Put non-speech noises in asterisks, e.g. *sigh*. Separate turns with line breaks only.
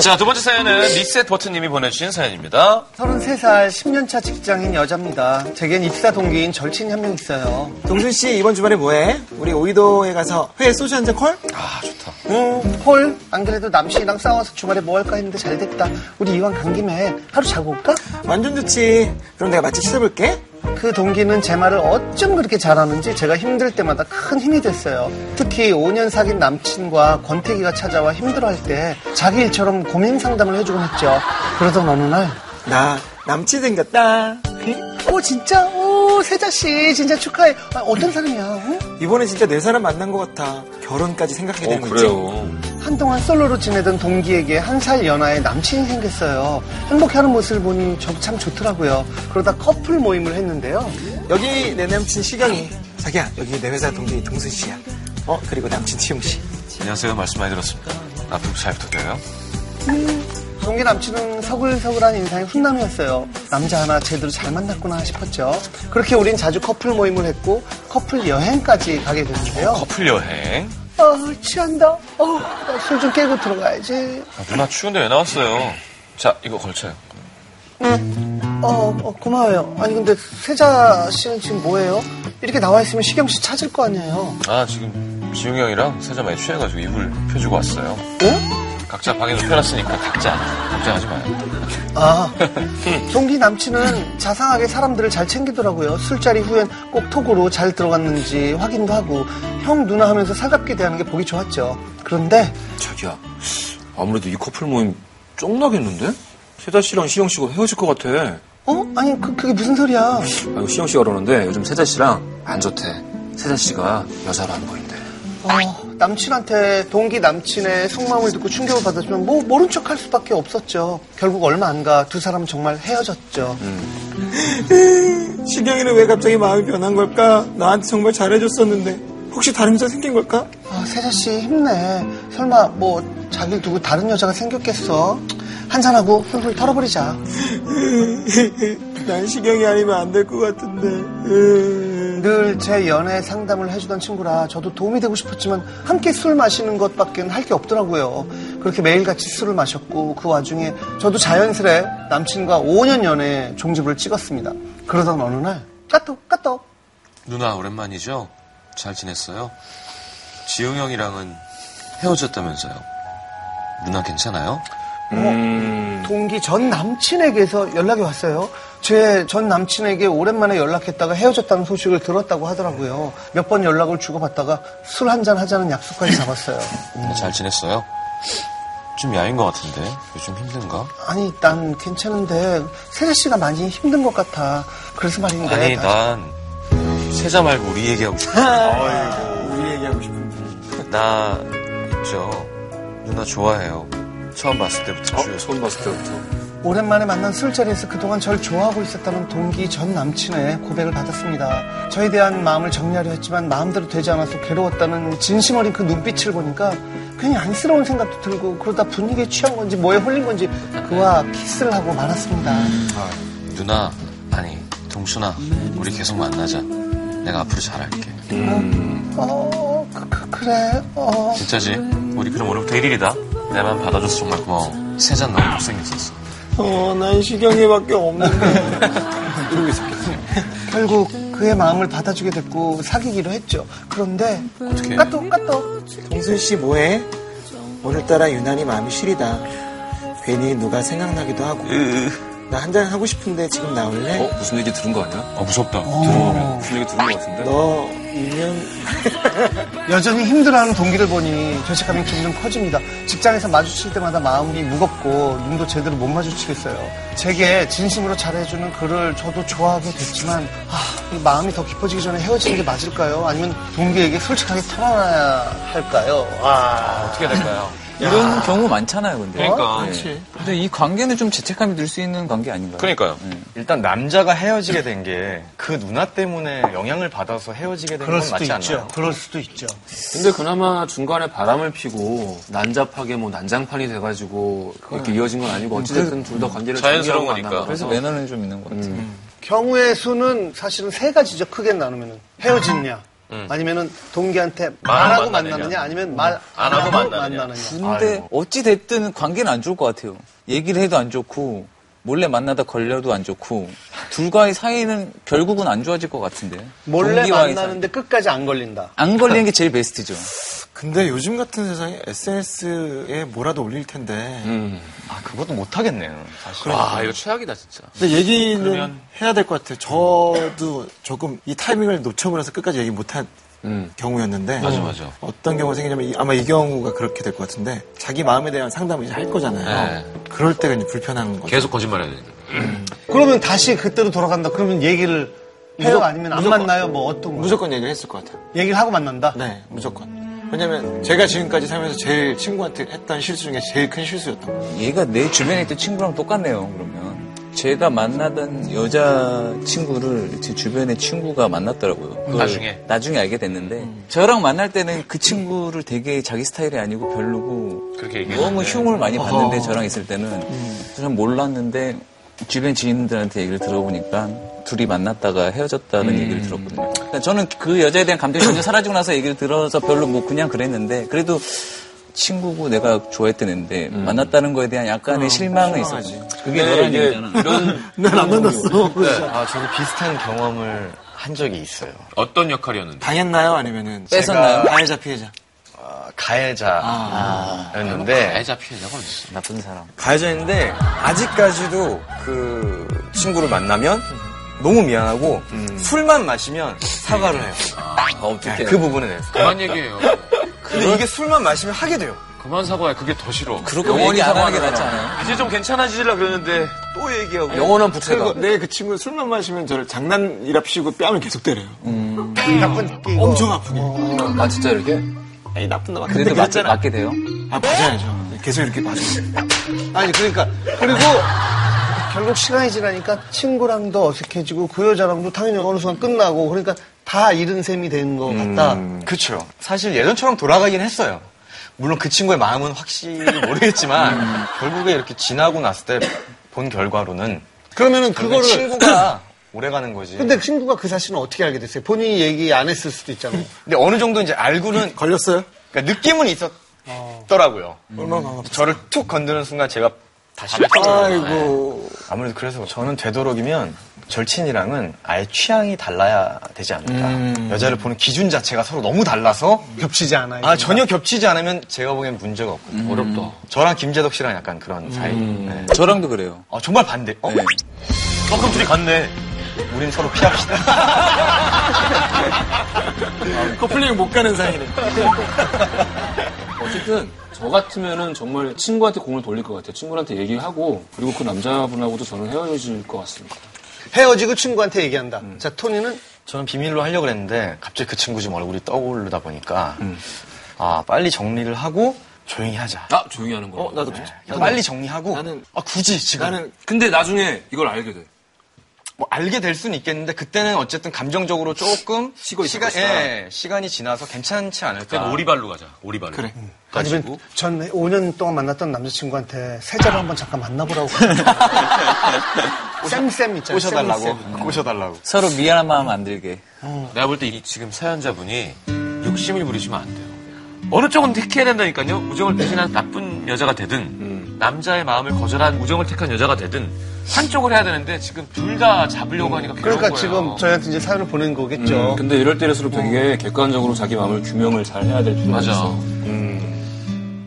자, 두 번째 사연은
네.
리셋 버튼님이 보내주신 사연입니다.
33살 10년차 직장인 여자입니다. 제겐 입사 동기인 절친이 한 명 있어요.
동준 씨 이번 주말에 뭐해? 우리 오이도에 가서 회 소주 한 잔 콜?
아, 좋다.
응, 헐. 안 그래도 남친이랑 싸워서 주말에 뭐 할까 했는데 잘 됐다. 우리 이왕 간 김에 하루 자고 올까?
완전 좋지. 그럼 내가 맛집 찾아볼게.
그 동기는 제 말을 어쩜 그렇게 잘하는지 제가 힘들 때마다 큰 힘이 됐어요. 특히 5년 사귄 남친과 권태기가 찾아와 힘들어할 때 자기 일처럼 고민 상담을 해주곤 했죠. 그러던 어느 날,
나 남친 생겼다.
오, 진짜? 오, 세자씨, 진짜 축하해. 아, 어떤 사람이야? 응?
이번에 진짜 내 사람 만난 것 같아. 결혼까지 생각하게
오,
되는 거지.
어, 그래요.
한동안 솔로로 지내던 동기에게 한 살 연하의 남친이 생겼어요. 행복해하는 모습을 보니 저도 참 좋더라고요. 그러다 커플 모임을 했는데요.
여기 내 남친 시경이. 자기야 여기 내 회사 동기 동순 씨야. 어 그리고 남친 지용 씨. *laughs*
안녕하세요. 말씀 많이 들었습니다. 앞으로 잘 부탁드려요.
동기 남친은 서글서글한 인상의 훈남이었어요. 남자 하나 제대로 잘 만났구나 싶었죠. 그렇게 우린 자주 커플 모임을 했고 커플 여행까지 가게 됐는데요.
커플 여행.
어, 취한다. 어, 술 좀 깨고 들어가야지.
아, 누나 추운데 왜 나왔어요? 자, 이거 걸쳐요.
어, 어, 고마워요. 아니 근데 세자 씨는 지금 뭐예요? 이렇게 나와 있으면 시경 씨 찾을 거 아니에요.
아, 지금 지웅이 형이랑 세자 많이 취해가지고 이불 펴주고 왔어요.
응?
각자 방에 눕혀놨으니까 각자 걱정하지 마요.
아, 동기 남친은 자상하게 사람들을 잘 챙기더라고요. 술자리 후엔 꼭 톡으로 잘 들어갔는지 확인도 하고 형 누나 하면서 살갑게 대하는 게 보기 좋았죠. 그런데
자기야, 아무래도 이 커플 모임 쫑나겠는데? 세자 씨랑 시영 씨가 헤어질 것 같아. 아,
어? 아니 그, 그게 무슨 소리야?
이거 시영 씨가 그러는데 요즘 세자 씨랑 안 좋대. 세자 씨가 여자로 안 보인대.
어, 남친한테 동기 남친의 속마음을 듣고 충격을 받았지만 뭐 모른 척 할 수밖에 없었죠. 결국 얼마 안 가 두 사람 정말 헤어졌죠.
시경이는 왜 갑자기 마음이 변한 걸까? 나한테 정말 잘해줬었는데 혹시 다른 여자 생긴 걸까?
아, 세자씨 힘내. 설마 뭐 자기를 두고 다른 여자가 생겼겠어? 한잔하고 훌훌 털어버리자.
난 시경이 아니면 안 될 것 음. 같은데.
늘 제 연애 상담을 해주던 친구라 저도 도움이 되고 싶었지만 함께 술 마시는 것밖엔 할 게 없더라고요. 그렇게 매일같이 술을 마셨고 그 와중에 저도 자연스레 남친과 5년 연애 종집을 찍었습니다. 그러던 어느 날 까똑 까똑
누나, 오랜만이죠? 잘 지냈어요? 지웅이 형이랑은 헤어졌다면서요. 누나 괜찮아요?
동기 전 남친에게서 연락이 왔어요. 제 전 남친에게 오랜만에 연락했다가 헤어졌다는 소식을 들었다고 하더라고요. 몇 번 연락을 주고받다가 술 한잔 하자는 약속까지 잡았어요.
누나 잘 지냈어요? 좀 야인 것 같은데. 요즘 힘든가?
아니 난 괜찮은데 세자 씨가 많이 힘든 것 같아. 그래서 말인데
아니 난 세자 말고 우리 얘기하고 싶어.
우리 얘기하고 싶은데.
나 있죠. 누나 좋아해요. 처음 봤을 때부터
어?
주위에서
처음 봤을 때부터.
오랜만에 만난 술자리에서 그동안 절 좋아하고 있었다는 동기 전 남친의 고백을 받았습니다. 저에 대한 마음을 정리하려 했지만 마음대로 되지 않아서 괴로웠다는 진심 어린 그 눈빛을 보니까 괜히 안쓰러운 생각도 들고 그러다 분위기에 취한 건지 뭐에 홀린 건지 그와 키스를 하고 말았습니다.
누나 아니 동순아 우리 계속 만나자. 내가 앞으로 잘할게.
어, 그, 그, 그래, 어.
진짜지? 우리 그럼 오늘부터 1일이다. 내만 받아줘서 정말 고마워. 세자 너무 못생겼었어.
어, 난 시경이밖에 *laughs* 없는데.
이러고 있었겠지.
결국 그의 마음을 받아주게 됐고 사귀기로 했죠. 그런데
어떡해.
까똑 까똑
동순 씨 뭐해? 오늘따라 유난히 마음이 시리다. 괜히 누가 생각나기도 하고. 나 한잔 하고 싶은데 지금 나올래?
어? 무슨 얘기 들은 거 아니야?
아 무섭다.
들어보면 무슨 얘기 들은 거 같은데?
너 어, 일년
여전히 힘들어하는 동기를 보니 죄책감이 점점 커집니다. 직장에서 마주칠 때마다 마음이 무겁고 눈도 제대로 못 마주치겠어요. 제게 진심으로 잘해주는 그를 저도 좋아하게 됐지만 아, 이 마음이 더 깊어지기 전에 헤어지는 게 맞을까요? 아니면 동기에게 솔직하게 털어놔야 할까요? 아,
어떻게 해야 될까요?
이런 경우 많잖아요, 근데.
그러니까.
네. 근데 이 관계는 좀 죄책감이 들 수 있는 관계 아닌가요?
그러니까요.
일단 남자가 헤어지게 된 게 그 누나 때문에 영향을 받아서 헤어지게 된 건 맞지 않나요?
그럴 수도 있죠.
근데 그나마 중간에 바람을 피고 난잡하게 뭐 난장판이 돼가지고
네.
이렇게 이어진 건 아니고
그
어찌됐든 둘 다 관계를
자연스러운
정리하고 만난
거니까.
거라서.
그래서
음.
매너는 좀 있는 것 같아요.
경우의 수는 사실은 세 가지죠. 크게 나누면 헤어지느냐, 아니면은 동기한테 음. 말하고 만나느냐 아니면 말 안 하고 만나느냐.
근데 어찌 됐든 관계는 안 좋을 것 같아요. 얘기를 해도 안 좋고 몰래 만나다 걸려도 안 좋고 둘과의 사이는 결국은 안 좋아질 것 같은데.
몰래
동기와의
만나는데 끝까지 안 걸린다.
사이. 안 걸리는 게 제일 베스트죠.
근데 요즘 같은 세상에 SNS에 뭐라도 올릴 텐데
아, 그것도 못하겠네요. 사실.
와, 이거 최악이다, 진짜.
근데 얘기는 해야 될 것 같아요. 저도 조금 이 타이밍을 놓쳐버려서 끝까지 얘기 못한 경우였는데
음. 맞아, 맞아.
어떤 경우가 생기냐면 이- 아마 이 경우가 그렇게 될 것 같은데 자기 마음에 대한 상담을 이제 할 거잖아요.
네.
그럴 때가 이제 불편한 거죠.
계속 거짓말해야 되니까.
그러면 다시 그때로 돌아간다. 그러면 얘기를 해요 아니면 안
무조건-
만나요 뭐 어떤 거
무조건 얘기를 했을 것 같아요.
얘기를 하고 만난다.
네, 무조건. 왜냐면 제가 지금까지 살면서 제일 친구한테 했던 실수 중에 제일 큰 실수였던 거예요.
얘가 내 주변에 있던 친구랑 똑같네요, 그러면. 제가 만나던 여자친구를 제 주변의 친구가 만났더라고요. 그걸
나중에?
나중에 알게 됐는데, 저랑 만날 때는 그 친구를 되게 자기 스타일이 아니고 별로고,
그렇게 얘기했는데.
너무 흉을 많이 봤는데, 저랑 있을 때는. 저는 몰랐는데, 주변 지인들한테 얘기를 들어보니까, 둘이 만났다가 헤어졌다는 얘기를 들었거든요. 그러니까 저는 그 여자에 대한 감정이 전혀 사라지고 나서 얘기를 들어서 별로 뭐 그냥 그랬는데, 그래도 친구고 내가 좋아했던 애인데, 만났다는 거에 대한 약간의 어, 네, 실망은 있었지. 그게
근데
너란
네, 이게 그러니까
얘기잖아. *laughs*
이런
난안 만났어.
아, 저도 비슷한 경험을 한 적이 있어요.
어떤 역할이었는데?
당했나요? 아니면은
뺏었나요?
가해자 피해자.
어,
아,
아,
가해자였는데
애자 피해자가 어딨어.
나쁜 사람.
가해자인데 아직까지도 그 친구를 만나면 너무 미안하고 술만 마시면 사과를 해요. 네, 그 부분에 대해서.
그만 얘기해요.
근데 이게 술만 마시면 하게 돼요.
그만 사과해. 그게 더 싫어.
그렇게 영원히 안 하는 게 낫지 않아요?
이제 좀 괜찮아지려 그러는데 또 얘기하고. 영원한 부채가.
내그 친구 술만 마시면 저를 장난이라 피우고 뺨을 계속 때려요.
음. 나쁜 끼.
엄청 아프게.
아 진짜 이렇게?
에이, 나쁜 놈아.
그래도 맞, 맞게 돼요?
아, 맞아야죠. 계속 이렇게 맞아요.
아니 그러니까 그리고 결국 시간이 지나니까 친구랑도 어색해지고 그 여자랑도 당연히 어느 순간 끝나고 그러니까 다 잃은 셈이 되는 것
음.
같다.
그쵸. 사실 예전처럼 돌아가긴 했어요. 물론 그 친구의 마음은 *laughs* 확실히 모르겠지만 결국에 이렇게 지나고 났을 때 본 결과로는
그러면은
그거를
그거를
친구가 오래가는 거지. 근데,
근데 친구가 그 사실은 어떻게 알게 됐어요? 본인이 얘기 안 했을 수도 있잖아요.
어느 정도 이제 알고는
걸렸어요?
그러니까 느낌은 있었더라고요.
*laughs* 얼마나 음.
저를 툭 건드는 순간 제가
아이고.
네. 아무래도 그래서 저는 되도록이면 절친이랑은 아예 취향이 달라야 되지 않을까. 여자를 보는 기준 자체가 서로 너무 달라서
겹치지 않아요.
음. 아 전혀 겹치지 않으면 제가 보기엔 문제가 없거든요. 어렵다. 저랑 김재덕 씨랑 약간 그런
음.
사이. 네.
저랑도 그래요.
아, 정말 반대. 어?
네.
어, 그럼 둘이 갔네. 우린 서로 피합시다.
커플링 못 가는 사이네.
*laughs* 어쨌든 저 같으면은 정말 친구한테 공을 돌릴 것 같아요. 친구한테 얘기하고 그리고 그 남자분하고도 저는 헤어질 것 같습니다.
헤어지고 친구한테 얘기한다.
음.
자 토니는
저는 비밀로 하려고 그랬는데 갑자기 그 친구 지금 얼굴이 떠오르다 보니까
음.
아 빨리 정리를 하고 조용히 하자.
아 조용히 하는 거야.
어, 나도 그래.
그냥 빨리 정리하고
나는-
아 굳이 지금
나는
근데 나중에 이걸 알게 돼.
뭐 알게 될 수는 있겠는데 그때는 어쨌든 감정적으로 조금
쉬고 있을
시간
것이다.
예, 시간이 지나서 괜찮지 않을까.
오리발로 가자. 오리발로.
그래.
아니면 전 5년 동안 만났던 남자친구한테 세자를 한번 잠깐
*laughs*
만나보라고. 쌤쌤 있잖아요. 쌤쌤.
꼬셔달라고 꼬셔달라고.
서로 미안한 마음 안 들게.
내가 볼 때 이 지금 사연자분이 욕심을 부리시면 안 돼요. 어느 쪽은 택해야 된다니까요. 우정을 배신한 나쁜 여자가 되든 음. 남자의 마음을 거절한 우정을 택한 여자가 되든 한쪽을 해야 되는데 지금 둘 다 잡으려고 하니까 괴로운
그러니까
거예요.
지금 저희한테 이제 사연을 보낸 거겠죠.
음. 근데 이럴 때일수록 되게 객관적으로 자기 마음을 규명을 잘 해야 될 필요가
맞아.
있어.